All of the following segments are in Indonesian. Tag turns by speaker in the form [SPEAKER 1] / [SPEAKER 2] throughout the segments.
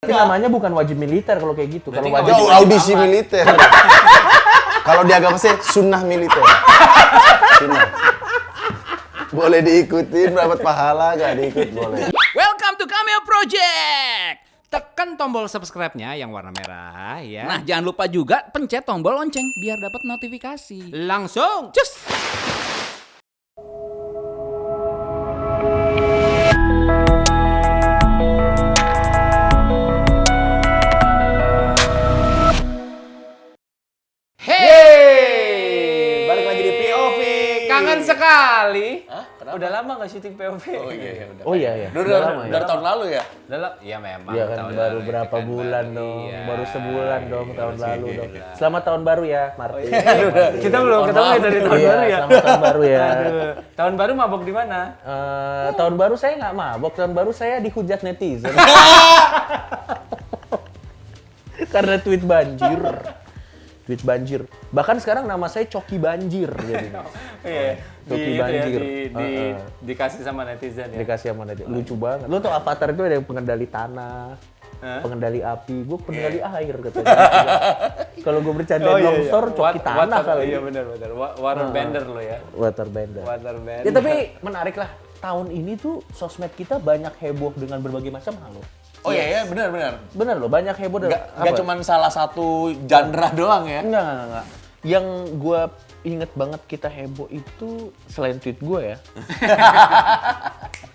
[SPEAKER 1] Tapi namanya bukan wajib militer kalau kayak gitu. Kalau
[SPEAKER 2] nggak
[SPEAKER 1] wajib
[SPEAKER 2] wajib.
[SPEAKER 3] Jauh audisi militer. Kalau di agama sih sunnah militer. Sunnah. Boleh diikutin dapat pahala gak diikut boleh.
[SPEAKER 4] Welcome to Cameo Project. Tekan tombol subscribe-nya yang warna merah ya. Nah, jangan lupa juga pencet tombol lonceng biar dapat notifikasi. Langsung. Cus. Hey,
[SPEAKER 3] Balik lagi di POV.
[SPEAKER 4] Kangen sekali.
[SPEAKER 1] udah lama nggak syuting POV.
[SPEAKER 2] Oh iya, iya, udah.
[SPEAKER 1] Oh iya iya.
[SPEAKER 2] Udah, udah,
[SPEAKER 1] lama ya.
[SPEAKER 2] udah tahun lalu ya?
[SPEAKER 4] Dalam, ya memang.
[SPEAKER 1] Iya kan
[SPEAKER 4] tahun
[SPEAKER 1] baru
[SPEAKER 4] lalu
[SPEAKER 1] berapa
[SPEAKER 4] itu kan
[SPEAKER 1] bulan
[SPEAKER 4] baru-
[SPEAKER 1] dong,
[SPEAKER 4] iya.
[SPEAKER 1] baru sebulan dong tahun lalu dong. Selamat tahun baru ya, Martin.
[SPEAKER 5] Kita belum ketemu ya dari tahun
[SPEAKER 1] Iya,
[SPEAKER 5] baru ya.
[SPEAKER 1] selamat tahun baru ya.
[SPEAKER 5] Aduh, tahun baru mabok di mana?
[SPEAKER 1] Eh, tahun baru saya nggak mabok, tahun baru saya dihujat netizen. Karena tweet banjir. Tweet banjir. Bahkan sekarang nama saya Coki Banjir jadi.
[SPEAKER 5] Iya, di
[SPEAKER 1] Doki
[SPEAKER 5] itu ya,
[SPEAKER 1] banjir.
[SPEAKER 5] di, di-
[SPEAKER 1] Heeh.
[SPEAKER 5] dikasih sama netizen ya.
[SPEAKER 1] dikasih sama Nadia. Lucu banget. Lu tuh avatar itu ada yang pengendali tanah, pengendali api, gue pengendali air katanya. Kalau gue bercanda
[SPEAKER 5] Iya. Oh, iya, iya.
[SPEAKER 1] longsor, coki
[SPEAKER 5] Wat-
[SPEAKER 1] tanah
[SPEAKER 5] water-
[SPEAKER 1] kali.
[SPEAKER 5] Iya benar benar. Wa- Waterbender lo ya.
[SPEAKER 1] Waterbender.
[SPEAKER 5] Waterbender.
[SPEAKER 4] Eh,
[SPEAKER 1] Ya tapi menarik lah. Tahun ini tuh sosmed kita banyak heboh dengan berbagai macam hal loh.
[SPEAKER 2] Oh iya, iya benar benar.
[SPEAKER 1] Bener loh, banyak heboh. dan-
[SPEAKER 2] Gak,
[SPEAKER 1] apa?
[SPEAKER 2] cuman salah satu genre doang ya.
[SPEAKER 1] Enggak, enggak, enggak. Yang gue inget banget kita heboh itu selain tweet gue ya.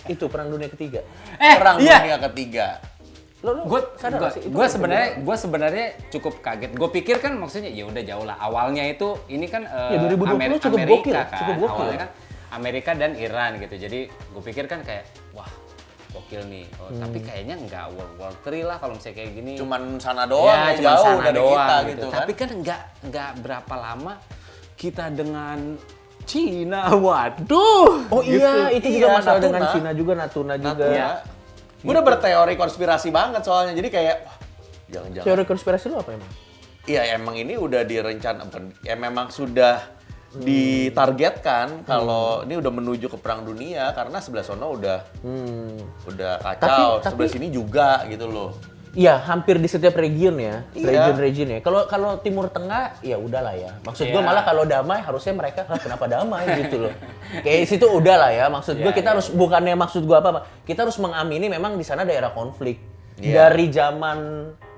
[SPEAKER 1] itu perang dunia ketiga.
[SPEAKER 4] Eh,
[SPEAKER 2] Perang
[SPEAKER 4] iya.
[SPEAKER 2] dunia ketiga.
[SPEAKER 1] Lo, lo
[SPEAKER 4] Gue
[SPEAKER 1] sadar nggak sih? Itu
[SPEAKER 5] kan,
[SPEAKER 4] gue
[SPEAKER 1] perang
[SPEAKER 4] sebenarnya gue sebenarnya cukup kaget. Gue pikir kan maksudnya ya udah jauh lah. Awalnya itu ini kan
[SPEAKER 1] Ya,
[SPEAKER 4] eh,
[SPEAKER 1] 2020
[SPEAKER 4] Ameri-
[SPEAKER 1] cukup
[SPEAKER 4] Amerika
[SPEAKER 1] gokil,
[SPEAKER 4] kan.
[SPEAKER 1] cukup gokil.
[SPEAKER 4] Awalnya kan Amerika dan Iran gitu. Jadi gue pikir kan kayak wah gokil nih. Oh, Tapi
[SPEAKER 1] Hmm.
[SPEAKER 4] kayaknya nggak World War 3 lah kalau misalnya kayak gini.
[SPEAKER 2] Iya, Cuman sana doang
[SPEAKER 4] ya,
[SPEAKER 2] yang
[SPEAKER 4] cuma
[SPEAKER 2] jauh
[SPEAKER 4] sana
[SPEAKER 2] dari
[SPEAKER 4] doang
[SPEAKER 2] kita
[SPEAKER 4] gitu.
[SPEAKER 2] gitu, kan.
[SPEAKER 4] Tapi kan nggak nggak berapa lama kita dengan Cina, waduh.
[SPEAKER 1] Oh iya, itu
[SPEAKER 2] Iya,
[SPEAKER 1] juga masalah dengan
[SPEAKER 2] Natuna.
[SPEAKER 1] Cina juga, Natuna juga.
[SPEAKER 2] Iya. Gue udah berteori konspirasi banget soalnya. Jadi kayak wah, jangan-jangan
[SPEAKER 1] Teori konspirasi lu apa emang?
[SPEAKER 2] Iya emang ini udah direncana, bukan, ya memang sudah
[SPEAKER 1] Hmm.
[SPEAKER 2] ditargetkan kalau ini udah menuju ke perang dunia karena sebelah sono udah
[SPEAKER 1] Hmm.
[SPEAKER 2] udah
[SPEAKER 1] Tapi-
[SPEAKER 2] kacau, sebelah
[SPEAKER 1] tapi-
[SPEAKER 2] sini juga gitu loh.
[SPEAKER 1] Iya, hampir di setiap region ya,
[SPEAKER 2] Iya.
[SPEAKER 1] region-region ya. Kalau kalau Timur Tengah ya udahlah ya. Maksud gue
[SPEAKER 4] Iya.
[SPEAKER 1] malah kalau damai harusnya mereka "Hah, kenapa damai gitu loh. Kayak situ udahlah ya. Maksud gue
[SPEAKER 4] Iya,
[SPEAKER 1] kita
[SPEAKER 4] iya.
[SPEAKER 1] harus bukannya maksud gue apa-apa. Kita harus mengamini memang di sana daerah konflik.
[SPEAKER 2] Iya.
[SPEAKER 1] Dari zaman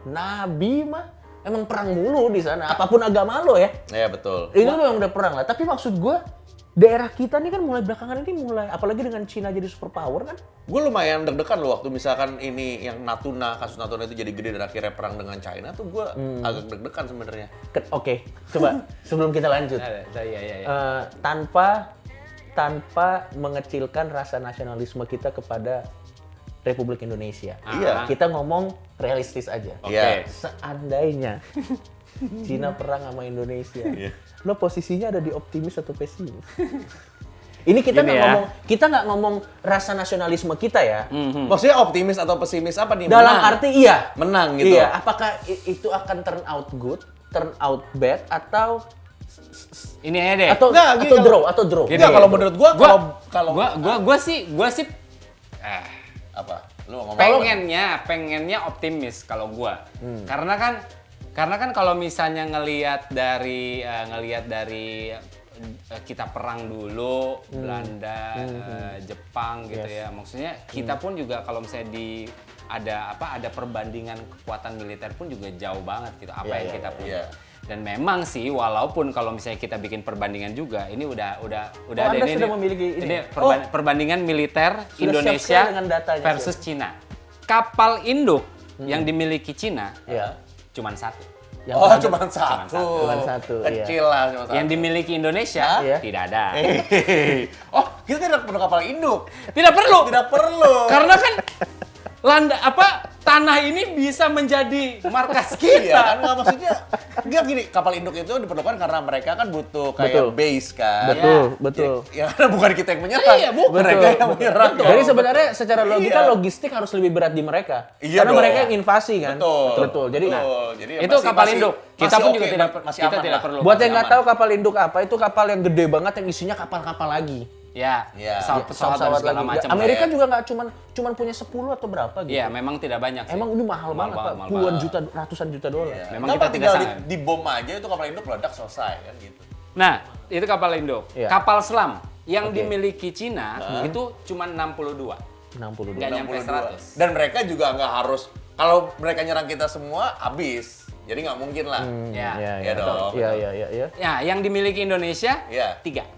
[SPEAKER 1] Nabi mah emang perang mulu di sana. Apapun agama lo ya.
[SPEAKER 2] Iya betul.
[SPEAKER 1] Itu memang udah perang lah. Tapi maksud gue daerah kita nih kan mulai belakangan ini mulai apalagi dengan Cina jadi superpower kan
[SPEAKER 2] Gue lumayan deg-degan loh waktu misalkan ini yang Natuna, kasus Natuna itu jadi gede dan akhirnya perang dengan China tuh gue
[SPEAKER 1] Hmm.
[SPEAKER 2] agak deg-degan sebenarnya.
[SPEAKER 1] Ke- Oke, coba sebelum kita lanjut.
[SPEAKER 4] Ada, iya, iya, iya.
[SPEAKER 1] Eh, tanpa tanpa mengecilkan rasa nasionalisme kita kepada Republik Indonesia.
[SPEAKER 2] Iya.
[SPEAKER 1] Kita ngomong realistis aja.
[SPEAKER 4] Oke.
[SPEAKER 2] Iya.
[SPEAKER 1] Seandainya Cina perang sama Indonesia, lo posisinya ada di optimis atau pesimis? Ini kita nggak
[SPEAKER 4] Gini ya.
[SPEAKER 1] ngomong kita nggak ngomong rasa nasionalisme kita ya.
[SPEAKER 2] Maksudnya optimis atau pesimis apa nih?
[SPEAKER 1] Dalam
[SPEAKER 2] Menang.
[SPEAKER 1] arti iya,
[SPEAKER 2] menang gitu.
[SPEAKER 1] Iya, apakah i- itu akan turn out good, turn out bad atau
[SPEAKER 4] Ini aja deh.
[SPEAKER 1] atau
[SPEAKER 2] Nggak, gini,
[SPEAKER 1] atau
[SPEAKER 2] kalau-
[SPEAKER 1] draw atau draw?
[SPEAKER 2] Eh. Gini. Nggak, kalau menurut gua,
[SPEAKER 4] gua,
[SPEAKER 2] kalau- kalau-
[SPEAKER 4] gua gua gua sih gua sih eh,
[SPEAKER 2] Apa? Lu ngomong apa?
[SPEAKER 4] pengennya pengennya optimis kalau gua.
[SPEAKER 1] Hmm.
[SPEAKER 4] Karena kan karena kan kalau misalnya ngelihat dari eh, ngelihat dari eh, kita perang dulu
[SPEAKER 1] Hmm.
[SPEAKER 4] Belanda, eh, Jepang gitu ya. Maksudnya
[SPEAKER 1] Hmm.
[SPEAKER 4] kita pun juga kalau misalnya di ada apa ada perbandingan kekuatan militer pun juga jauh banget gitu apa yang kita punya.
[SPEAKER 2] iya.
[SPEAKER 4] Dan memang sih walaupun kalau misalnya kita bikin perbandingan juga ini udah udah udah
[SPEAKER 1] Oh,
[SPEAKER 4] ada
[SPEAKER 1] Anda
[SPEAKER 4] ini.
[SPEAKER 1] sudah memiliki ini. Oh.
[SPEAKER 4] perban- perbandingan militer
[SPEAKER 1] Sudah siap
[SPEAKER 4] Indonesia
[SPEAKER 1] sekali dengan datanya,
[SPEAKER 4] versus Cina. Kapal induk yang dimiliki Cina
[SPEAKER 1] Iya.
[SPEAKER 4] cuman satu.
[SPEAKER 1] Yang
[SPEAKER 2] Oh,
[SPEAKER 1] ada-
[SPEAKER 2] cuma satu.
[SPEAKER 1] Cuman satu, iya.
[SPEAKER 2] Kecil lah cuma satu.
[SPEAKER 4] Yang dimiliki Indonesia
[SPEAKER 1] Iya.
[SPEAKER 4] tidak ada.
[SPEAKER 2] Eh. Hehehe. oh, kita tidak perlu kapal induk.
[SPEAKER 4] Tidak perlu.
[SPEAKER 2] Tidak perlu.
[SPEAKER 4] Karena kan landa apa tanah ini bisa menjadi markas
[SPEAKER 2] Iya kan,
[SPEAKER 4] kita.
[SPEAKER 2] nggak maksudnya nggak gini kapal induk itu diperlukan karena mereka kan butuh
[SPEAKER 1] Betul.
[SPEAKER 2] kayak base kan.
[SPEAKER 1] Betul,
[SPEAKER 2] Ya.
[SPEAKER 1] betul.
[SPEAKER 2] Ya, karena bukan kita yang menyerang.
[SPEAKER 4] Iya, bukan.
[SPEAKER 2] Mereka yang
[SPEAKER 1] betul.
[SPEAKER 2] menyerang.
[SPEAKER 1] Iya. Betul. Jadi sebenarnya secara logika
[SPEAKER 2] Iya.
[SPEAKER 1] logistik harus lebih berat di mereka.
[SPEAKER 2] Iya
[SPEAKER 1] Karena
[SPEAKER 2] dong.
[SPEAKER 1] mereka yang invasi kan.
[SPEAKER 2] Betul.
[SPEAKER 1] Jadi
[SPEAKER 2] Betul.
[SPEAKER 1] nah,
[SPEAKER 2] Jadi
[SPEAKER 4] Itu
[SPEAKER 2] masih-
[SPEAKER 4] kapal
[SPEAKER 2] masih-
[SPEAKER 4] induk. Kita
[SPEAKER 2] masih
[SPEAKER 4] pun juga
[SPEAKER 2] oke,
[SPEAKER 4] tidak
[SPEAKER 2] masih
[SPEAKER 4] kita
[SPEAKER 2] aman
[SPEAKER 4] tidak
[SPEAKER 2] lah.
[SPEAKER 4] perlu.
[SPEAKER 1] buat yang
[SPEAKER 4] masih
[SPEAKER 1] nggak
[SPEAKER 4] aman.
[SPEAKER 1] tahu kapal induk apa, itu kapal yang gede banget yang isinya kapal-kapal lagi.
[SPEAKER 4] Ya,
[SPEAKER 2] Ya.
[SPEAKER 4] pesawat-pesawat dan
[SPEAKER 1] pesawat
[SPEAKER 4] segala
[SPEAKER 1] Iya, lagi.
[SPEAKER 4] macam.
[SPEAKER 1] Amerika
[SPEAKER 4] Kayak-
[SPEAKER 1] juga nggak cuman cuman punya 10 atau berapa gitu.
[SPEAKER 4] Iya, memang tidak banyak sih.
[SPEAKER 1] Emang ini mahal
[SPEAKER 4] Mahal
[SPEAKER 1] banget, Pak.
[SPEAKER 4] mahal
[SPEAKER 1] Puluhan
[SPEAKER 4] banget.
[SPEAKER 1] juta, ratusan juta dolar.
[SPEAKER 2] Ya.
[SPEAKER 4] Memang
[SPEAKER 2] Kenapa
[SPEAKER 4] kita tidak
[SPEAKER 2] tinggal di,
[SPEAKER 4] sangat.
[SPEAKER 2] di bom aja itu kapal induk meledak selesai kan gitu.
[SPEAKER 4] Nah, itu kapal Indo.
[SPEAKER 1] Iya.
[SPEAKER 4] Kapal selam yang
[SPEAKER 1] Oke.
[SPEAKER 4] dimiliki Cina itu cuma 62.
[SPEAKER 1] 62.
[SPEAKER 4] Nggak nyampe
[SPEAKER 2] 62.
[SPEAKER 4] 100.
[SPEAKER 2] Dan mereka juga nggak harus kalau mereka nyerang kita semua habis. Jadi nggak mungkin lah.
[SPEAKER 4] Ya.
[SPEAKER 1] Iya,
[SPEAKER 2] Iya
[SPEAKER 1] iya,
[SPEAKER 2] dong.
[SPEAKER 1] iya, iya, iya, iya.
[SPEAKER 4] Ya, yang dimiliki Indonesia
[SPEAKER 2] Iya.
[SPEAKER 4] tiga.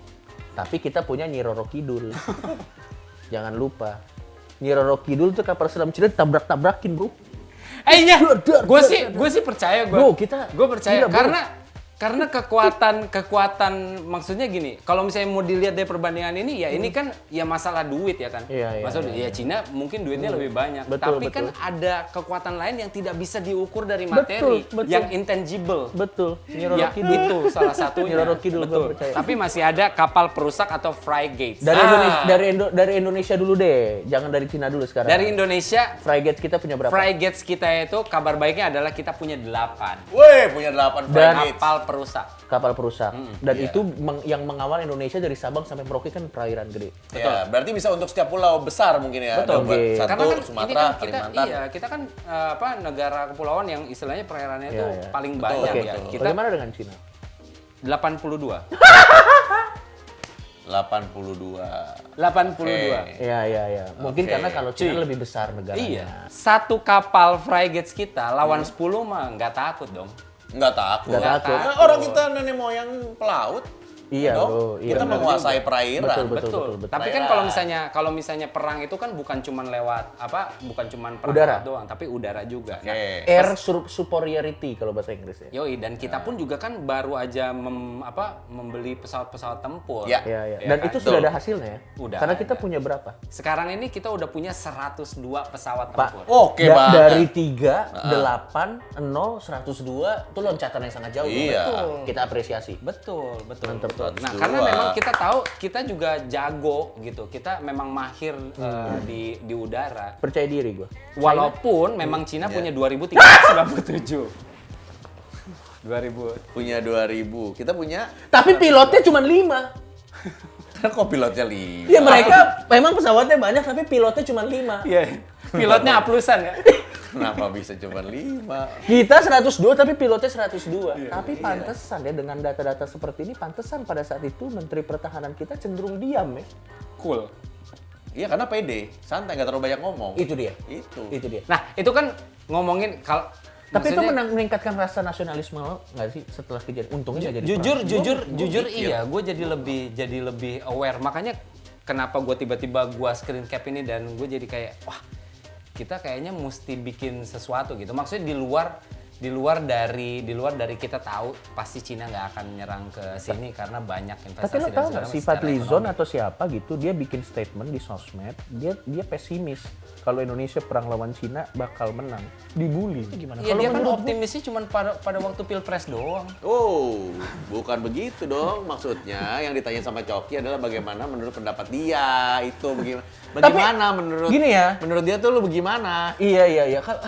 [SPEAKER 1] Tapi kita punya Nyi Roro Kidul. Jangan lupa. Nyi Roro Kidul tuh kapal selam Cina ditabrak-tabrakin, Bro.
[SPEAKER 4] Eh iya,
[SPEAKER 1] dar,
[SPEAKER 4] gue
[SPEAKER 1] dar,
[SPEAKER 4] sih
[SPEAKER 1] dar.
[SPEAKER 4] gue sih percaya gue.
[SPEAKER 1] Bro, kita-
[SPEAKER 4] gue percaya
[SPEAKER 1] gila, bro.
[SPEAKER 4] karena karena kekuatan kekuatan maksudnya gini, kalau misalnya mau dilihat dari perbandingan ini ya ini kan ya masalah duit ya kan.
[SPEAKER 1] Hmm. Iya, iya,
[SPEAKER 4] Maksudnya
[SPEAKER 1] iya. Hmm.
[SPEAKER 4] ya Cina mungkin duitnya lebih banyak,
[SPEAKER 1] Betul,
[SPEAKER 4] tapi kan
[SPEAKER 1] betul.
[SPEAKER 4] ada kekuatan lain yang tidak bisa diukur dari materi,
[SPEAKER 1] Betul, betul.
[SPEAKER 4] yang intangible.
[SPEAKER 1] Betul. Nyi Roro
[SPEAKER 4] Ya,
[SPEAKER 1] Kidul.
[SPEAKER 4] itu salah satunya.
[SPEAKER 1] Nyi Roro Kidul, gua
[SPEAKER 4] Betul.
[SPEAKER 1] percaya.
[SPEAKER 4] Tapi masih ada kapal perusak atau frigates.
[SPEAKER 1] Dari
[SPEAKER 4] Ah,
[SPEAKER 1] Indonesia, dari Indo- dari Indonesia dulu deh. Jangan dari Cina dulu sekarang.
[SPEAKER 4] Ah, dari Indonesia
[SPEAKER 1] frigate kita punya berapa?
[SPEAKER 4] frigates kita itu kabar baiknya adalah kita punya 8
[SPEAKER 2] Woi, punya 8
[SPEAKER 1] Dan-
[SPEAKER 2] frigates.
[SPEAKER 4] kapal perusak.
[SPEAKER 1] kapal perusak. Dan
[SPEAKER 2] iya.
[SPEAKER 1] itu meng- yang mengawal Indonesia dari Sabang sampai Merauke kan perairan gede.
[SPEAKER 2] Ya, berarti bisa untuk setiap pulau besar mungkin ya.
[SPEAKER 1] Betul.
[SPEAKER 2] Ada
[SPEAKER 1] Iya.
[SPEAKER 2] buat
[SPEAKER 1] Oke.
[SPEAKER 2] satu
[SPEAKER 4] Karena kan
[SPEAKER 2] Sumatera,
[SPEAKER 4] ini kan kita
[SPEAKER 2] Kalimantan.
[SPEAKER 4] iya, kita kan eh, apa negara kepulauan yang istilahnya perairannya itu
[SPEAKER 1] Iya, iya.
[SPEAKER 4] paling banyak
[SPEAKER 1] Oke,
[SPEAKER 4] ya. Kita
[SPEAKER 1] bagaimana dengan Cina?
[SPEAKER 4] 82.
[SPEAKER 2] 82.
[SPEAKER 4] 82.
[SPEAKER 2] Oke.
[SPEAKER 1] Iya, iya, iya. Mungkin
[SPEAKER 2] Oke.
[SPEAKER 1] karena kalau Cina
[SPEAKER 4] Cuy.
[SPEAKER 1] lebih besar negaranya.
[SPEAKER 4] Iya. Satu kapal frigates kita lawan
[SPEAKER 1] Hmm.
[SPEAKER 4] 10 mah nggak takut dong.
[SPEAKER 2] Nggak takut.
[SPEAKER 1] Nggak takut.
[SPEAKER 2] Nah, orang kita nenek moyang pelaut.
[SPEAKER 1] Iya,
[SPEAKER 2] dong.
[SPEAKER 1] bro. Iya,
[SPEAKER 2] kita
[SPEAKER 1] benar
[SPEAKER 2] menguasai
[SPEAKER 1] juga.
[SPEAKER 2] perairan.
[SPEAKER 1] Betul, betul, betul, betul. Iya.
[SPEAKER 4] Tapi kan
[SPEAKER 2] Perairan.
[SPEAKER 4] kalau misalnya kalau misalnya perang itu kan bukan cuman lewat apa bukan cuman perang
[SPEAKER 1] Udara.
[SPEAKER 4] laut doang, tapi udara juga.
[SPEAKER 2] Oke.
[SPEAKER 1] Air sur- superiority kalau bahasa Inggris ya.
[SPEAKER 4] Yoi, dan kita pun juga kan baru aja mem- apa, membeli pesawat-pesawat tempur.
[SPEAKER 2] Ya.
[SPEAKER 1] Iya, iya.
[SPEAKER 4] Ya
[SPEAKER 1] Dan
[SPEAKER 4] kan?
[SPEAKER 1] itu sudah
[SPEAKER 2] Betul.
[SPEAKER 1] ada hasilnya ya.
[SPEAKER 4] Udah
[SPEAKER 1] Karena kita
[SPEAKER 4] ada.
[SPEAKER 1] punya berapa?
[SPEAKER 4] Sekarang ini kita udah punya 102 pesawat
[SPEAKER 1] Pak.
[SPEAKER 4] tempur.
[SPEAKER 2] Oke
[SPEAKER 1] Da-
[SPEAKER 2] banget.
[SPEAKER 1] dari 3, 8, 0, 102 itu loncatan yang sangat jauh.
[SPEAKER 2] Iya.
[SPEAKER 1] Betul. Kita apresiasi.
[SPEAKER 4] Betul, betul.
[SPEAKER 1] Mantap.
[SPEAKER 4] Nah,
[SPEAKER 2] 102.
[SPEAKER 4] karena memang kita tahu kita juga jago gitu. Kita memang mahir eh,
[SPEAKER 1] Hmm.
[SPEAKER 4] di di udara.
[SPEAKER 1] Percaya diri gua.
[SPEAKER 4] Walaupun memang
[SPEAKER 1] Hmm.
[SPEAKER 4] Cina
[SPEAKER 1] Iya.
[SPEAKER 4] punya 2397.
[SPEAKER 5] 2000.
[SPEAKER 2] punya 2000. Kita punya
[SPEAKER 1] Tapi pilotnya cuma 5.
[SPEAKER 2] kan kok pilotnya 5.
[SPEAKER 1] Ya mereka memang pesawatnya banyak tapi pilotnya cuma 5.
[SPEAKER 4] Iya. Pilotnya aplusan ya.
[SPEAKER 2] Kenapa bisa cuma 5?
[SPEAKER 1] Kita 102 tapi pilotnya 102. tapi pantesan ya dengan data-data seperti ini pantesan pada saat itu Menteri Pertahanan kita cenderung diam ya.
[SPEAKER 4] Cool.
[SPEAKER 2] Iya karena pede, santai nggak terlalu banyak ngomong.
[SPEAKER 1] Itu dia.
[SPEAKER 2] Itu.
[SPEAKER 1] Itu dia.
[SPEAKER 4] Nah, itu kan ngomongin kalau
[SPEAKER 1] Tapi itu
[SPEAKER 4] maksudnya-
[SPEAKER 1] menang- meningkatkan rasa nasionalisme lo nggak sih setelah kejadian? Untungnya nggak jadi
[SPEAKER 4] jujur
[SPEAKER 1] perang.
[SPEAKER 4] jujur jujur iya gue jadi lebih jadi lebih aware makanya kenapa gue tiba-tiba gue screen cap ini dan gue jadi kayak wah kita kayaknya mesti bikin sesuatu gitu maksudnya di luar di luar dari di luar dari kita tahu pasti Cina nggak akan menyerang ke sini karena banyak investasi
[SPEAKER 1] Tapi lo
[SPEAKER 4] dan
[SPEAKER 1] tau
[SPEAKER 4] segala
[SPEAKER 1] nggak
[SPEAKER 4] macam
[SPEAKER 1] si
[SPEAKER 4] secara
[SPEAKER 1] Fadli
[SPEAKER 4] ekonomi.
[SPEAKER 1] Zon atau siapa gitu dia bikin statement di sosmed dia dia pesimis kalau Indonesia perang lawan Cina bakal menang dibully Itu gimana? Kalau
[SPEAKER 4] Iya dia kan
[SPEAKER 1] menurut gua-
[SPEAKER 4] optimisnya cuma pada pada waktu pilpres doang.
[SPEAKER 2] Oh, bukan begitu dong maksudnya. Yang ditanya sama Coki adalah bagaimana menurut pendapat dia itu bagaimana. Bagaimana menurut
[SPEAKER 1] gini ya.
[SPEAKER 2] Menurut dia tuh lu bagaimana?
[SPEAKER 1] Iya iya iya Kal-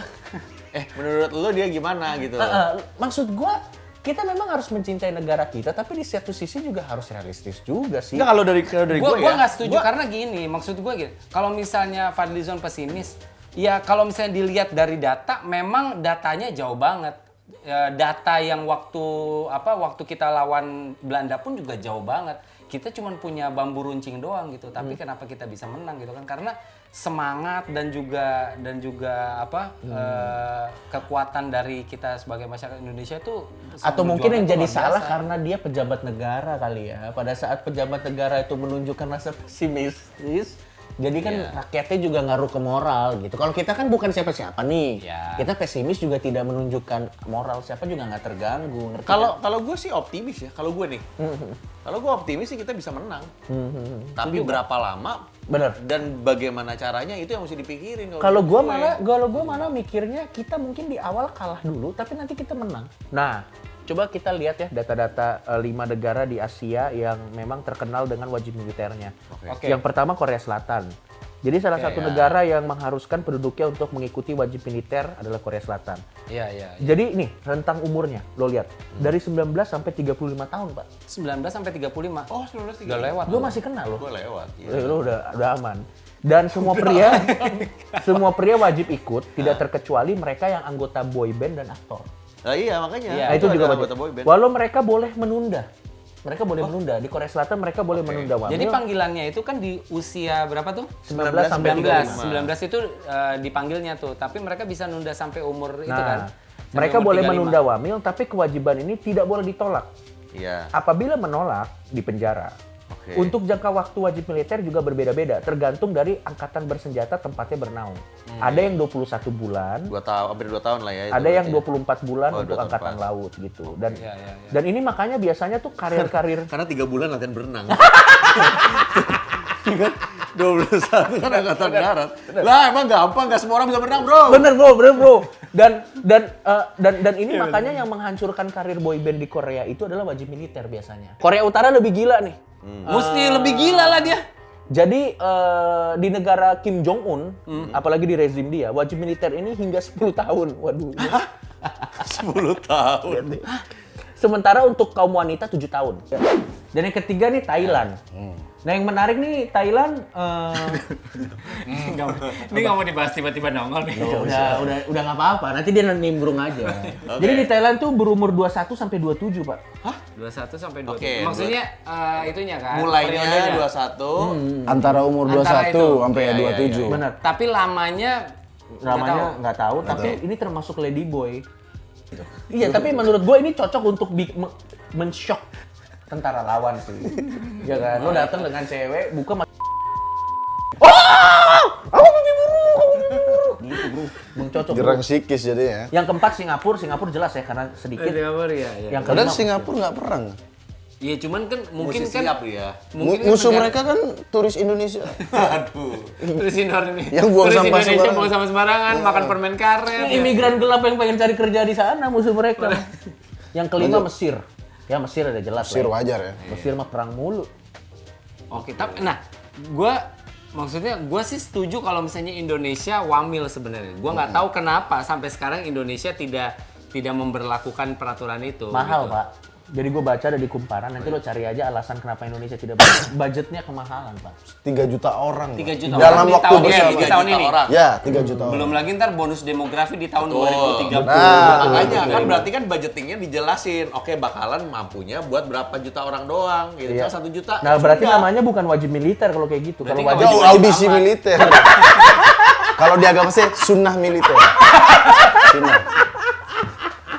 [SPEAKER 2] Eh, menurut lu dia gimana gitu.
[SPEAKER 1] Eh, eh, maksud gua kita memang harus mencintai negara kita tapi di satu sisi juga harus realistis juga sih.
[SPEAKER 2] Enggak kalau dari kalau dari gua,
[SPEAKER 4] Gue gua
[SPEAKER 2] ya.
[SPEAKER 4] nggak setuju karena gini, maksud gue gini. Kalau misalnya Fadlizon pesimis, ya kalau misalnya dilihat dari data, memang datanya jauh banget. Ya, data yang waktu apa waktu kita lawan Belanda pun juga jauh banget. Kita cuma punya bambu runcing doang gitu. Tapi kenapa kita bisa menang gitu kan? Karena semangat dan juga dan juga apa eh, kekuatan dari kita sebagai masyarakat Indonesia itu
[SPEAKER 1] Atau mungkin yang jadi salah karena
[SPEAKER 4] karena
[SPEAKER 1] dia pejabat negara kali ya. Pada saat pejabat negara itu menunjukkan rasa pesimistis, jadi kan rakyatnya juga ngaruh ke moral gitu. Kalau kita kan bukan siapa-siapa nih.
[SPEAKER 4] Iya.
[SPEAKER 1] Kita pesimis juga tidak menunjukkan moral siapa juga nggak terganggu. ngerti
[SPEAKER 2] Kalau kalau gue sih optimis ya. Kalau gue nih. Kalau gue optimis sih kita bisa menang. Tapi berapa lama?
[SPEAKER 1] Bener.
[SPEAKER 2] Dan bagaimana caranya itu yang mesti dipikirin.
[SPEAKER 1] Kalau
[SPEAKER 2] menurut ya.
[SPEAKER 1] gua malah, kalau gua malah mikirnya kita mungkin di awal kalah dulu, tapi nanti kita menang. Nah, coba kita lihat ya data-data eh, lima negara di Asia yang memang terkenal dengan wajib militernya.
[SPEAKER 4] Oke.
[SPEAKER 1] Yang pertama Korea Selatan, Jadi salah
[SPEAKER 4] Oke,
[SPEAKER 1] satu
[SPEAKER 4] ya.
[SPEAKER 1] negara yang mengharuskan penduduknya untuk mengikuti wajib militer adalah Korea Selatan.
[SPEAKER 4] Iya, iya. iya.
[SPEAKER 1] Jadi nih rentang umurnya lo lihat dari 19 sampai 35 tahun pak.
[SPEAKER 4] 19 sampai 35.
[SPEAKER 2] Oh, 1935.
[SPEAKER 4] Udah lewat.
[SPEAKER 1] Gue masih kenal loh.
[SPEAKER 2] Gue lewat. iya.
[SPEAKER 1] Eh, lo udah udah aman. Dan semua pria semua pria wajib ikut tidak terkecuali mereka yang anggota boy band dan aktor.
[SPEAKER 2] Nah, iya makanya.
[SPEAKER 4] Iya.
[SPEAKER 1] Nah, itu juga
[SPEAKER 2] ada
[SPEAKER 1] wajib.
[SPEAKER 2] anggota boy band. Oh.
[SPEAKER 1] Walau mereka boleh menunda. Mereka boleh menunda. Di Korea Selatan mereka boleh menunda wamil.
[SPEAKER 4] Jadi panggilannya itu kan di usia berapa tuh?
[SPEAKER 1] 19 sampai
[SPEAKER 4] 19.
[SPEAKER 2] 35.
[SPEAKER 4] 19 itu eh, dipanggilnya tuh, tapi mereka bisa nunda sampai umur itu
[SPEAKER 2] gitu
[SPEAKER 1] Nah,
[SPEAKER 4] kan. Sampai
[SPEAKER 1] mereka
[SPEAKER 4] umur
[SPEAKER 1] boleh
[SPEAKER 4] 35.
[SPEAKER 1] menunda wamil tapi kewajiban ini tidak boleh ditolak.
[SPEAKER 2] Iya.
[SPEAKER 1] Apabila menolak dipenjara.
[SPEAKER 2] Oke.
[SPEAKER 1] Untuk jangka waktu wajib militer juga berbeda-beda, tergantung dari angkatan bersenjata tempatnya bernaung.
[SPEAKER 2] Hmm.
[SPEAKER 1] Ada yang 21 bulan,
[SPEAKER 2] Dua tahun, hampir dua tahun lah ya. itu
[SPEAKER 1] ada yang 24
[SPEAKER 2] berarti.
[SPEAKER 1] bulan
[SPEAKER 2] Oh,
[SPEAKER 1] untuk
[SPEAKER 2] 24.
[SPEAKER 1] angkatan laut gitu. Dan
[SPEAKER 2] ya,
[SPEAKER 4] Iya, iya, iya.
[SPEAKER 1] dan ini makanya biasanya tuh karir-karir
[SPEAKER 2] Karena tiga bulan latihan berenang. Kan 21 kan angkatan darat. Lah emang gampang, gak semua orang bisa berenang bro.
[SPEAKER 1] Bener bro, bener bro. Dan dan eh, dan dan ini
[SPEAKER 2] Iya,
[SPEAKER 1] makanya yang menghancurkan karir boyband di Korea itu adalah wajib militer biasanya. Korea Utara lebih gila nih.
[SPEAKER 2] Hmm.
[SPEAKER 4] Hmm. Mesti lebih gila lah dia.
[SPEAKER 1] Jadi eh, di negara Kim Jong Un,
[SPEAKER 2] Hmm.
[SPEAKER 1] apalagi di rezim dia, wajib militer ini hingga 10 tahun. Waduh.
[SPEAKER 2] 10 tahun.
[SPEAKER 1] Sementara untuk kaum wanita 7 tahun. Dan yang ketiga nih Thailand.
[SPEAKER 2] Hmm.
[SPEAKER 1] Nah yang menarik nih Thailand eh,
[SPEAKER 4] Ini Hmm, nggak mau dibahas tiba-tiba nongol nih.
[SPEAKER 1] Gitu. udah udah udah nggak apa-apa. Nanti dia nimbrung aja. Jadi di Thailand tuh berumur 21 sampai 27, Pak.
[SPEAKER 4] 21 sampai 27.
[SPEAKER 2] Oke,
[SPEAKER 4] Maksudnya eh, itunya kan. periodenya.
[SPEAKER 2] Mulainya 21.
[SPEAKER 3] Antara umur
[SPEAKER 4] Antara
[SPEAKER 3] 21
[SPEAKER 4] itu.
[SPEAKER 3] sampai
[SPEAKER 2] Iya, iya,
[SPEAKER 3] 27.
[SPEAKER 1] Benar.
[SPEAKER 4] Tapi lamanya nggak tahu.
[SPEAKER 1] namanya nggak tahu, tapi ini termasuk lady boy. Iya, tapi menurut gue ini cocok untuk big me- men-shock tentara lawan sih. ya kan, lo datang dengan cewek, buka mas Oh! Aku mimpi buruk, aku mimpi buruk. Gitu bro, mengcocok. bro.
[SPEAKER 3] Gerang sikis jadinya.
[SPEAKER 1] Yang keempat Singapura, Singapura jelas ya karena sedikit.
[SPEAKER 4] Singapura ya. ya.
[SPEAKER 1] Yang
[SPEAKER 3] Padahal
[SPEAKER 1] kelima
[SPEAKER 3] Singapura nggak perang.
[SPEAKER 4] Iya, cuman kan mungkin
[SPEAKER 2] Mungkin
[SPEAKER 4] kan
[SPEAKER 2] siap ya.
[SPEAKER 3] Mu-
[SPEAKER 4] mungkin kan
[SPEAKER 3] Musuh
[SPEAKER 4] negara-
[SPEAKER 3] mereka kan turis Indonesia.
[SPEAKER 2] Aduh.
[SPEAKER 4] Terus Indonesia,
[SPEAKER 3] Yang buang
[SPEAKER 4] terus
[SPEAKER 3] sampah
[SPEAKER 4] Indonesia
[SPEAKER 3] sembarangan.
[SPEAKER 4] buang sampah sembarangan, makan permen karet. ya.
[SPEAKER 1] Ini imigran gelap yang pengen cari kerja di sana musuh mereka. yang kelima Mesir. Ya Mesir ada jelas
[SPEAKER 3] Mesir
[SPEAKER 1] lah. ya.
[SPEAKER 3] wajar ya.
[SPEAKER 1] Mesir mah perang mulu.
[SPEAKER 4] Oke, tapi nah, gue maksudnya gue sih setuju kalau misalnya Indonesia wamil sebenarnya. Gue
[SPEAKER 3] Hmm.
[SPEAKER 4] nggak tahu kenapa sampai sekarang Indonesia tidak tidak memberlakukan peraturan itu.
[SPEAKER 1] mahal
[SPEAKER 4] gitu.
[SPEAKER 1] pak jadi gue baca ada di kumparan nanti lo cari aja alasan kenapa Indonesia tidak budget. budgetnya kemahalan pak
[SPEAKER 3] 3 juta orang.
[SPEAKER 4] 3
[SPEAKER 3] Pak.
[SPEAKER 4] juta
[SPEAKER 3] Dalam
[SPEAKER 4] orang di
[SPEAKER 3] waktu
[SPEAKER 4] tahun,
[SPEAKER 3] bersama.
[SPEAKER 4] ini, di tahun ini.
[SPEAKER 2] orang.
[SPEAKER 3] Ya, 3 juta orang.
[SPEAKER 4] Belum lagi ntar bonus demografi di tahun
[SPEAKER 2] Betul.
[SPEAKER 4] 2030.
[SPEAKER 3] Nah,
[SPEAKER 2] Makanya kan berarti kan budgetingnya dijelasin. Oke bakalan mampunya buat berapa juta orang doang. Gitu. Misalnya satu juta.
[SPEAKER 1] nah berarti
[SPEAKER 2] sudah.
[SPEAKER 1] namanya bukan wajib militer kalau kayak gitu kalau
[SPEAKER 4] nggak
[SPEAKER 1] wajib
[SPEAKER 3] Jauh audisi militer. Kalau diagama sih sunnah militer. Sunnah.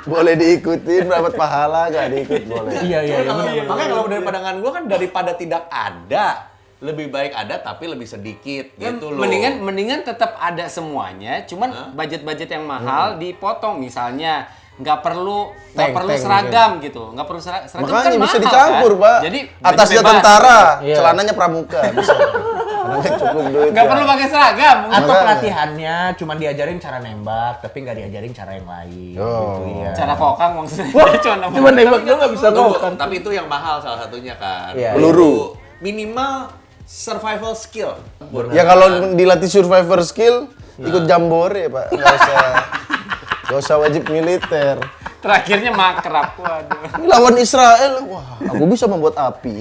[SPEAKER 3] Boleh diikutin dapat pahala gak diikut boleh.
[SPEAKER 1] iya iya
[SPEAKER 2] Cuma
[SPEAKER 1] iya
[SPEAKER 2] kalau- makanya kalau dari pandangan gue kan daripada tidak ada, lebih baik ada tapi lebih sedikit
[SPEAKER 4] Ya,
[SPEAKER 2] gitu loh.
[SPEAKER 4] mendingan mendingan tetap ada semuanya, cuman budget-budget yang mahal dipotong misalnya nggak perlu nggak
[SPEAKER 3] Hmm. Tank,
[SPEAKER 4] perlu
[SPEAKER 3] tank
[SPEAKER 4] seragam gitu, nggak perlu sera- seragam
[SPEAKER 3] Makanya
[SPEAKER 4] kan
[SPEAKER 3] bisa
[SPEAKER 4] mahal,
[SPEAKER 3] dicampur,
[SPEAKER 4] kan?
[SPEAKER 3] Pak.
[SPEAKER 4] Jadi
[SPEAKER 3] atasnya
[SPEAKER 4] baju bebas.
[SPEAKER 3] tentara,
[SPEAKER 1] Iya.
[SPEAKER 3] celananya pramuka bisa. Karena cukup duit.
[SPEAKER 4] nggak
[SPEAKER 3] ya.
[SPEAKER 4] perlu pakai seragam.
[SPEAKER 1] atau
[SPEAKER 3] Makanya.
[SPEAKER 1] pelatihannya cuman diajarin cara nembak tapi nggak diajarin cara yang lain
[SPEAKER 3] Oh.
[SPEAKER 1] gitu ya
[SPEAKER 4] Cara kokang maksudnya cuma nemu-
[SPEAKER 1] cuman nembak doang nggak bisa
[SPEAKER 2] Tunggu,
[SPEAKER 1] ngomong
[SPEAKER 2] tapi itu yang mahal salah satunya kan.
[SPEAKER 1] Iya.
[SPEAKER 2] Itu
[SPEAKER 3] Peluru.
[SPEAKER 2] Minimal survival skill.
[SPEAKER 3] Ya kalau dilatih survivor skill
[SPEAKER 4] Iya.
[SPEAKER 3] ikut jambore, Pak. Enggak usah. Gak usah wajib militer.
[SPEAKER 4] Terakhirnya makrab. Waduh.
[SPEAKER 3] Ini lawan Israel, wah, aku bisa membuat api.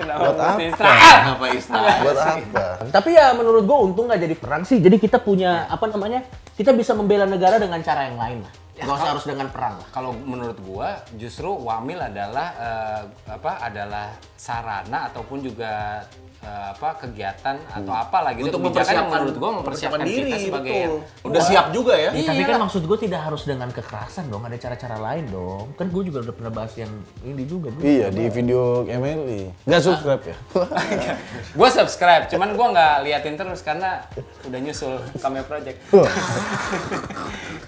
[SPEAKER 4] Kenapa
[SPEAKER 3] Buat
[SPEAKER 4] mesti
[SPEAKER 3] apa?
[SPEAKER 4] Israel? Ah!
[SPEAKER 2] apa istilah?
[SPEAKER 3] Buat apa?
[SPEAKER 1] tapi ya menurut gue untung nggak jadi perang sih jadi kita punya apa namanya kita bisa membela negara dengan cara yang lain lah nggak usah harus dengan perang lah
[SPEAKER 4] Kalau menurut gua justru wamil adalah eh, apa adalah sarana ataupun juga eh, apa kegiatan atau apalah gitu
[SPEAKER 2] Untuk
[SPEAKER 4] kebijakan yang
[SPEAKER 2] mempersiapkan-
[SPEAKER 4] menurut gua mempersiapkan,
[SPEAKER 2] mempersiapkan
[SPEAKER 4] kita
[SPEAKER 2] diri,
[SPEAKER 4] sebagai ya.
[SPEAKER 2] betul. Udah siap juga ya?
[SPEAKER 1] Ya, tapi
[SPEAKER 4] Iya
[SPEAKER 1] kan maksud gue tidak harus dengan kekerasan dong, ada cara-cara lain dong. Kan gue juga udah pernah bahas yang ini juga. gua
[SPEAKER 3] Iya di video MLI. Gak subscribe ya?
[SPEAKER 4] Iya, Gue subscribe, cuman gue nggak liatin terus karena udah nyusul Cameo Project.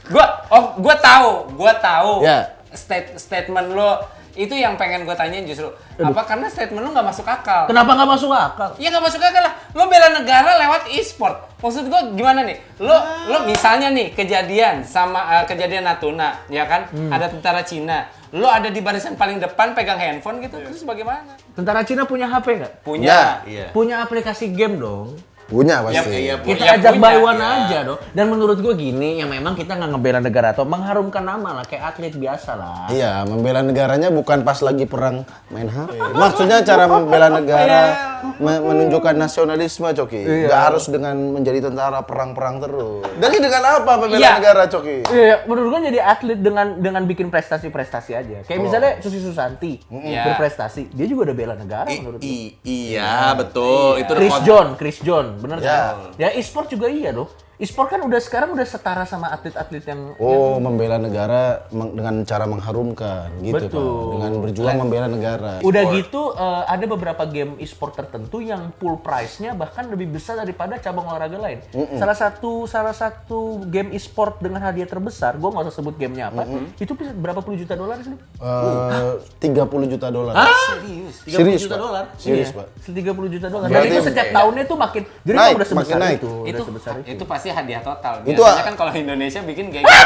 [SPEAKER 4] gue, oh gue tahu, gue tahu
[SPEAKER 3] Ya.
[SPEAKER 4] state, statement lo itu yang pengen gue tanyain justru apa karena statement lo nggak masuk akal?
[SPEAKER 1] Kenapa nggak masuk akal?
[SPEAKER 4] Iya nggak masuk akal lah, lo bela negara lewat e-sport. Maksud gua gimana nih? Lo lo
[SPEAKER 1] Ah.
[SPEAKER 4] misalnya nih kejadian sama eh, kejadian Natuna, ya kan? Ada tentara Cina. Lo ada di barisan paling depan pegang handphone
[SPEAKER 1] Iya.
[SPEAKER 4] gitu, terus bagaimana?
[SPEAKER 1] Tentara Cina punya HP nggak?
[SPEAKER 4] Punya.
[SPEAKER 2] Iya.
[SPEAKER 1] Punya aplikasi game dong.
[SPEAKER 2] Iya,
[SPEAKER 3] Punya pasti.
[SPEAKER 2] iya,
[SPEAKER 1] Kita
[SPEAKER 4] Ya,
[SPEAKER 1] ajak
[SPEAKER 4] punya,
[SPEAKER 1] by one
[SPEAKER 4] ya.
[SPEAKER 1] aja dong. Dan menurut gue gini, yang memang kita nggak ngebela negara atau mengharumkan nama lah, kayak atlet biasa lah.
[SPEAKER 3] Iya, membela negaranya bukan pas lagi perang main HP. Maksudnya cara membela negara me- menunjukkan nasionalisme, Coki. Nggak harus dengan menjadi tentara perang-perang terus. Iya. Jadi dengan apa membela
[SPEAKER 4] Iya.
[SPEAKER 3] negara, Coki?
[SPEAKER 1] Iya, menurut gue jadi atlet dengan dengan bikin prestasi-prestasi aja. Kayak misalnya Susi Susanti
[SPEAKER 4] Iya.
[SPEAKER 1] berprestasi, dia juga udah bela negara
[SPEAKER 2] I- Iya.
[SPEAKER 1] menurut gue.
[SPEAKER 2] i- iya, betul. Itu
[SPEAKER 1] Chris
[SPEAKER 2] kon-
[SPEAKER 1] John, Chris John, bener
[SPEAKER 3] Ya.
[SPEAKER 1] kan? Ya e-sport juga iya dong. E-sport kan udah sekarang udah setara sama atlet-atlet yang
[SPEAKER 3] Oh, membela negara meng- dengan cara mengharumkan gitu, Pak.
[SPEAKER 1] Betul.
[SPEAKER 3] Dengan berjuang membela negara.
[SPEAKER 1] Udah gitu eh, ada beberapa game e-sport tertentu yang pool price-nya bahkan lebih besar daripada cabang olahraga lain. Salah satu salah satu game e-sport dengan hadiah terbesar, gua nggak usah sebut gamenya apa, itu bisa berapa puluh juta dolar sih?
[SPEAKER 3] Eh, Tiga 30 juta dolar.
[SPEAKER 4] Serius.
[SPEAKER 3] 30 Serius, juta Pak. dolar? Iya. Serius, Pak.
[SPEAKER 1] 30 Iya. juta dolar.
[SPEAKER 3] Berarti- iya.
[SPEAKER 1] Jadi itu setiap tahunnya itu makin jadi
[SPEAKER 3] Naik,
[SPEAKER 1] kalau udah sebesar
[SPEAKER 3] makin naik.
[SPEAKER 1] itu, udah
[SPEAKER 4] Itu
[SPEAKER 1] sebesar itu.
[SPEAKER 4] itu pasti hadiah total.
[SPEAKER 3] Itu,
[SPEAKER 4] Biasanya
[SPEAKER 3] ah.
[SPEAKER 4] kan kalau Indonesia bikin kayak gitu.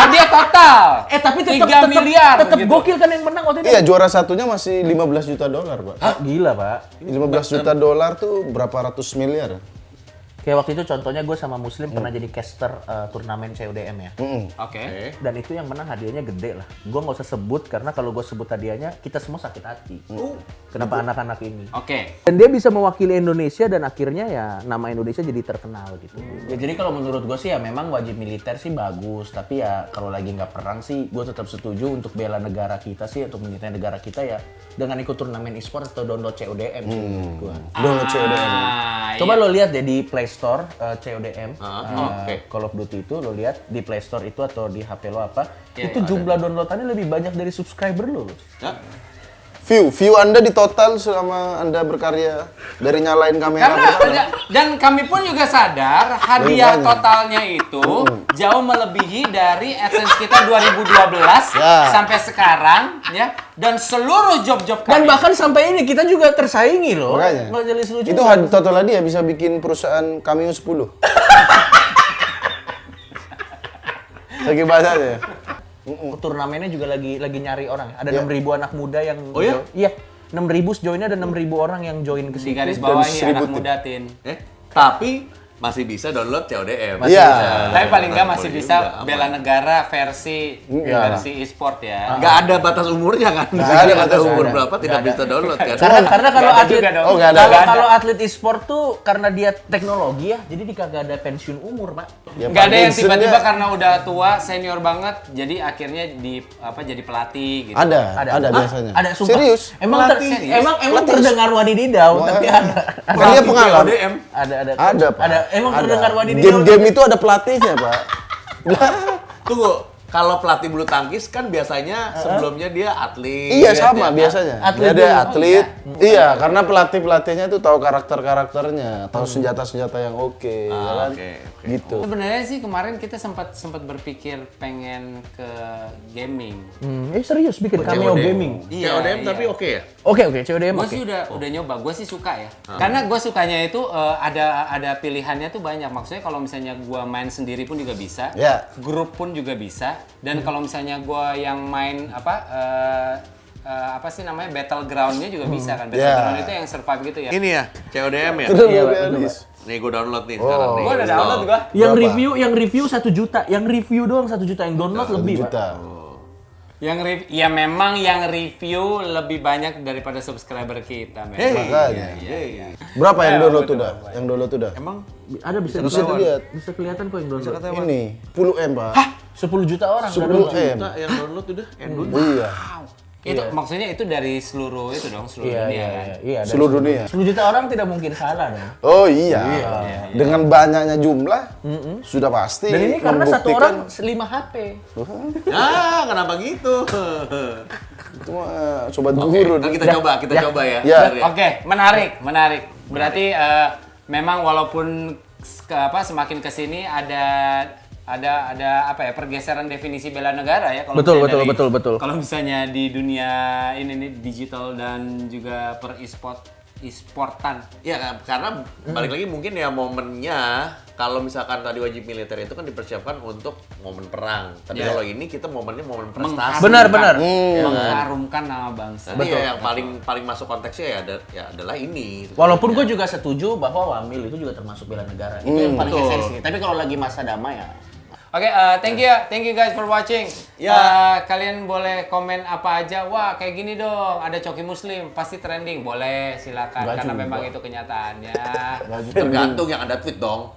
[SPEAKER 4] hadiah total.
[SPEAKER 1] Eh tapi tetap
[SPEAKER 4] 3 miliar
[SPEAKER 1] tetap
[SPEAKER 4] gitu.
[SPEAKER 1] gokil kan yang menang waktu itu.
[SPEAKER 3] Iya, juara satunya masih 15 juta dolar, Pak.
[SPEAKER 1] Hah? Gila, Pak.
[SPEAKER 3] 15 juta dolar tuh berapa ratus miliar? ya?
[SPEAKER 1] Kayak waktu itu contohnya gue sama Muslim pernah jadi caster eh, turnamen CODM ya.
[SPEAKER 4] Oke.
[SPEAKER 1] dan itu yang menang hadiahnya gede lah. Gue nggak usah sebut karena kalau gue sebut hadiahnya kita semua sakit hati.
[SPEAKER 4] Uh.
[SPEAKER 1] Kenapa anak-anak ini?
[SPEAKER 4] Oke.
[SPEAKER 1] Dan dia bisa mewakili Indonesia dan akhirnya ya nama Indonesia jadi terkenal gitu. Ya jadi kalau menurut gue sih ya memang wajib militer sih bagus, tapi ya kalau lagi nggak perang sih gue tetap setuju untuk bela negara kita sih untuk mencintai negara kita ya dengan ikut turnamen e-sport atau download CODM sih menurut gua.
[SPEAKER 3] Download CODM.
[SPEAKER 4] Ah,
[SPEAKER 1] Coba lo lihat deh di Play Store eh, CODM,
[SPEAKER 2] Ah,
[SPEAKER 1] eh,
[SPEAKER 2] oke.
[SPEAKER 1] Call of Duty itu lo lihat di Play Store itu atau di HP lo apa,
[SPEAKER 4] Iya,
[SPEAKER 1] itu jumlah downloadannya lebih banyak dari subscriber lo. loh.
[SPEAKER 2] Hah?
[SPEAKER 3] View, view Anda di total selama Anda berkarya dari nyalain kamera.
[SPEAKER 4] Nah, Karena
[SPEAKER 3] berapa?
[SPEAKER 4] ada- dan kami pun juga sadar hadiah
[SPEAKER 3] Lebih banyak.
[SPEAKER 4] totalnya itu jauh melebihi dari AdSense kita 2012
[SPEAKER 3] Ya.
[SPEAKER 4] sampai sekarang ya dan seluruh job-job
[SPEAKER 1] Dan
[SPEAKER 4] kami.
[SPEAKER 1] bahkan sampai ini kita juga tersaingi loh.
[SPEAKER 3] Makanya.
[SPEAKER 1] Nggak jelas lucu.
[SPEAKER 3] Itu had- total tadi ya bisa bikin perusahaan Cameo 10. Lagi bahas aja ya.
[SPEAKER 1] turnamennya juga lagi lagi nyari orang. ya? Ada
[SPEAKER 3] Iya.
[SPEAKER 1] 6.000 anak muda yang
[SPEAKER 2] Oh iya?
[SPEAKER 1] Iya. 6.000 joinnya ada 6.000 orang yang join ke
[SPEAKER 4] di
[SPEAKER 1] sini.
[SPEAKER 4] garis
[SPEAKER 3] Dan
[SPEAKER 4] bawahnya
[SPEAKER 3] seribu
[SPEAKER 4] anak
[SPEAKER 3] tim.
[SPEAKER 4] muda tin.
[SPEAKER 2] Eh, tapi masih bisa download CODM.
[SPEAKER 3] Masih Iya. bisa.
[SPEAKER 4] Tapi paling nggak masih
[SPEAKER 2] Nah, Boleh
[SPEAKER 4] bisa
[SPEAKER 2] juga, aman.
[SPEAKER 4] bela negara versi
[SPEAKER 3] Iya.
[SPEAKER 4] versi e-sport ya.
[SPEAKER 2] Nggak ada batas umurnya kan? Nggak
[SPEAKER 3] ada
[SPEAKER 2] ada
[SPEAKER 3] batas
[SPEAKER 2] batas umur
[SPEAKER 3] umurnya.
[SPEAKER 2] berapa tidak bisa download kan?
[SPEAKER 1] Karena karena kalau
[SPEAKER 4] Nggak ada
[SPEAKER 1] atlet
[SPEAKER 4] juga dong.
[SPEAKER 3] Oh, nggak ada.
[SPEAKER 1] kalau
[SPEAKER 3] Nggak
[SPEAKER 1] kalau atlet e-sport tuh karena dia teknologi ya, jadi dia kagak ada pensiun umur, Pak.
[SPEAKER 3] Ya,
[SPEAKER 4] Nggak ada yang
[SPEAKER 3] Parkinson-nya
[SPEAKER 4] tiba-tiba kan? karena udah tua senior banget jadi akhirnya di apa jadi pelatih gitu.
[SPEAKER 3] ada, ada,
[SPEAKER 1] Ada, Ah,
[SPEAKER 3] biasanya.
[SPEAKER 1] Ada sumpah.
[SPEAKER 3] Serius.
[SPEAKER 1] Emang ter-
[SPEAKER 4] Pelatih, serius.
[SPEAKER 1] emang emang
[SPEAKER 3] Pelatih.
[SPEAKER 1] terdengar wadididau
[SPEAKER 3] Wah.
[SPEAKER 1] tapi ada.
[SPEAKER 3] Kan dia pengalaman.
[SPEAKER 2] CODM.
[SPEAKER 1] Ada ada.
[SPEAKER 3] Ada, Pak.
[SPEAKER 1] Eh, Ada. Emang
[SPEAKER 3] Ada.
[SPEAKER 1] terdengar wadididau.
[SPEAKER 3] Game-game itu ada pelatihnya, Pak.
[SPEAKER 2] Tunggu, kalau pelatih bulu tangkis kan biasanya sebelumnya dia atlet. ya,
[SPEAKER 3] Iya sama
[SPEAKER 2] dia-
[SPEAKER 3] biasanya.
[SPEAKER 1] atlet
[SPEAKER 3] Dia ada
[SPEAKER 1] dulu.
[SPEAKER 3] atlet. Iya, karena pelatih-pelatihnya tuh tahu karakter-karakternya, tahu senjata-senjata yang oke, ya kan?
[SPEAKER 2] oke, oke.
[SPEAKER 3] Gitu.
[SPEAKER 4] Sebenarnya sih kemarin kita sempat sempat berpikir pengen ke gaming.
[SPEAKER 1] Hmm, eh serius bikin
[SPEAKER 2] CODM.
[SPEAKER 1] cameo gaming.
[SPEAKER 2] Iya, CODM tapi oke ya?
[SPEAKER 1] Oke oke, CODM
[SPEAKER 4] Gue
[SPEAKER 1] oke.
[SPEAKER 4] sih udah udah nyoba, gue sih suka ya. Karena gue sukanya itu eh, ada ada pilihannya tuh banyak. Maksudnya kalau misalnya gue main sendiri pun juga bisa,
[SPEAKER 3] Ya.
[SPEAKER 4] grup pun juga bisa. Dan kalau misalnya gue yang main apa eh, eh, apa sih namanya battlegroundnya juga bisa kan. Battleground itu yang survive gitu ya.
[SPEAKER 2] Ini ya, CODM ya?
[SPEAKER 3] Terus
[SPEAKER 1] Iya, Pak,
[SPEAKER 3] realis.
[SPEAKER 2] Nih gue download nih sekarang nih.
[SPEAKER 4] Gue udah
[SPEAKER 2] Install.
[SPEAKER 4] download gue.
[SPEAKER 1] Yang
[SPEAKER 3] Berapa?
[SPEAKER 1] review yang review satu juta, yang review doang satu juta, yang download lebih
[SPEAKER 3] Juta.
[SPEAKER 1] pak.
[SPEAKER 4] Yang rev- ya memang yang review lebih banyak daripada subscriber kita. memang.
[SPEAKER 3] Oh,
[SPEAKER 2] Hey,
[SPEAKER 3] Makanya.
[SPEAKER 2] iya, iya.
[SPEAKER 3] Berapa yang download udah? Yang download udah?
[SPEAKER 2] Emang
[SPEAKER 1] Ada bisa
[SPEAKER 3] Bisa
[SPEAKER 1] bisa,
[SPEAKER 3] dilihat.
[SPEAKER 1] bisa kelihatan kok yang download.
[SPEAKER 3] Ini 10 M, Pak.
[SPEAKER 1] 10 juta orang. Iya,
[SPEAKER 3] 10
[SPEAKER 4] eh,
[SPEAKER 3] M.
[SPEAKER 2] kita yang download udah endun.
[SPEAKER 3] Iya.
[SPEAKER 4] Itu maksudnya itu dari seluruh itu dong, seluruh
[SPEAKER 1] Iya
[SPEAKER 4] dunia
[SPEAKER 1] iya
[SPEAKER 4] kan.
[SPEAKER 1] iya. iya ada.
[SPEAKER 3] Seluruh dunia.
[SPEAKER 1] 10 juta orang tidak mungkin salah dong.
[SPEAKER 3] Oh iya. Dengan banyaknya jumlah sudah pasti
[SPEAKER 1] Dan ini karena satu
[SPEAKER 3] membuktikan
[SPEAKER 1] orang 5 HP.
[SPEAKER 2] Ah, kenapa gitu?
[SPEAKER 3] itu mah sobat guru.
[SPEAKER 2] Ntar kita coba, kita coba ya.
[SPEAKER 3] Ya.
[SPEAKER 2] Bentar ya.
[SPEAKER 4] Oke, menarik, menarik. Berarti eh, memang walaupun s- ke- apa semakin ke sini ada ada ada apa ya pergeseran definisi bela negara ya kalau
[SPEAKER 1] Betul,
[SPEAKER 4] misalnya
[SPEAKER 1] betul, betul, betul.
[SPEAKER 4] Kalau misalnya di dunia ini nih digital dan juga per e-sport e-sportan.
[SPEAKER 2] Ya ka- karena balik lagi mungkin ya momennya kalau misalkan tadi wajib militer itu kan dipersiapkan untuk momen perang. Tapi
[SPEAKER 4] Iya.
[SPEAKER 2] kalau ini kita momennya momen prestasi.
[SPEAKER 4] Mengharumkan-
[SPEAKER 1] Benar, benar. Iya.
[SPEAKER 4] Mengharumkan nama bangsa.
[SPEAKER 2] Tapi ya yang paling paling masuk konteksnya ya, ada, ya adalah ini.
[SPEAKER 1] Walaupun gue juga setuju bahwa wamil itu juga termasuk bela negara. Itu yang paling
[SPEAKER 2] betul.
[SPEAKER 1] esensi. Tapi kalau lagi masa damai ya.
[SPEAKER 4] Oke, eh, thank you, thank you guys for watching.
[SPEAKER 2] Ya.
[SPEAKER 4] Eh, kalian boleh komen apa aja. Wah, kayak gini dong. Ada coki muslim, pasti trending. Boleh, silakan.
[SPEAKER 1] Nggak
[SPEAKER 4] Karena
[SPEAKER 1] juga.
[SPEAKER 4] memang itu kenyataannya.
[SPEAKER 2] tergantung yang ada tweet dong.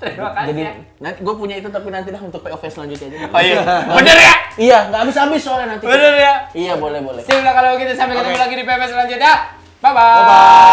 [SPEAKER 4] Terima kasih. ya.
[SPEAKER 1] Jadi nanti gue punya itu tapi nanti dah untuk POV selanjutnya aja.
[SPEAKER 4] Oh iya, bener ya?
[SPEAKER 1] Iya, nggak habis-habis soalnya nanti.
[SPEAKER 4] Bener ya?
[SPEAKER 1] Iya, boleh boleh.
[SPEAKER 4] Sip lah kalau begitu gitu. sampai ketemu
[SPEAKER 2] Oke.
[SPEAKER 4] lagi di PP selanjutnya. Bye bye.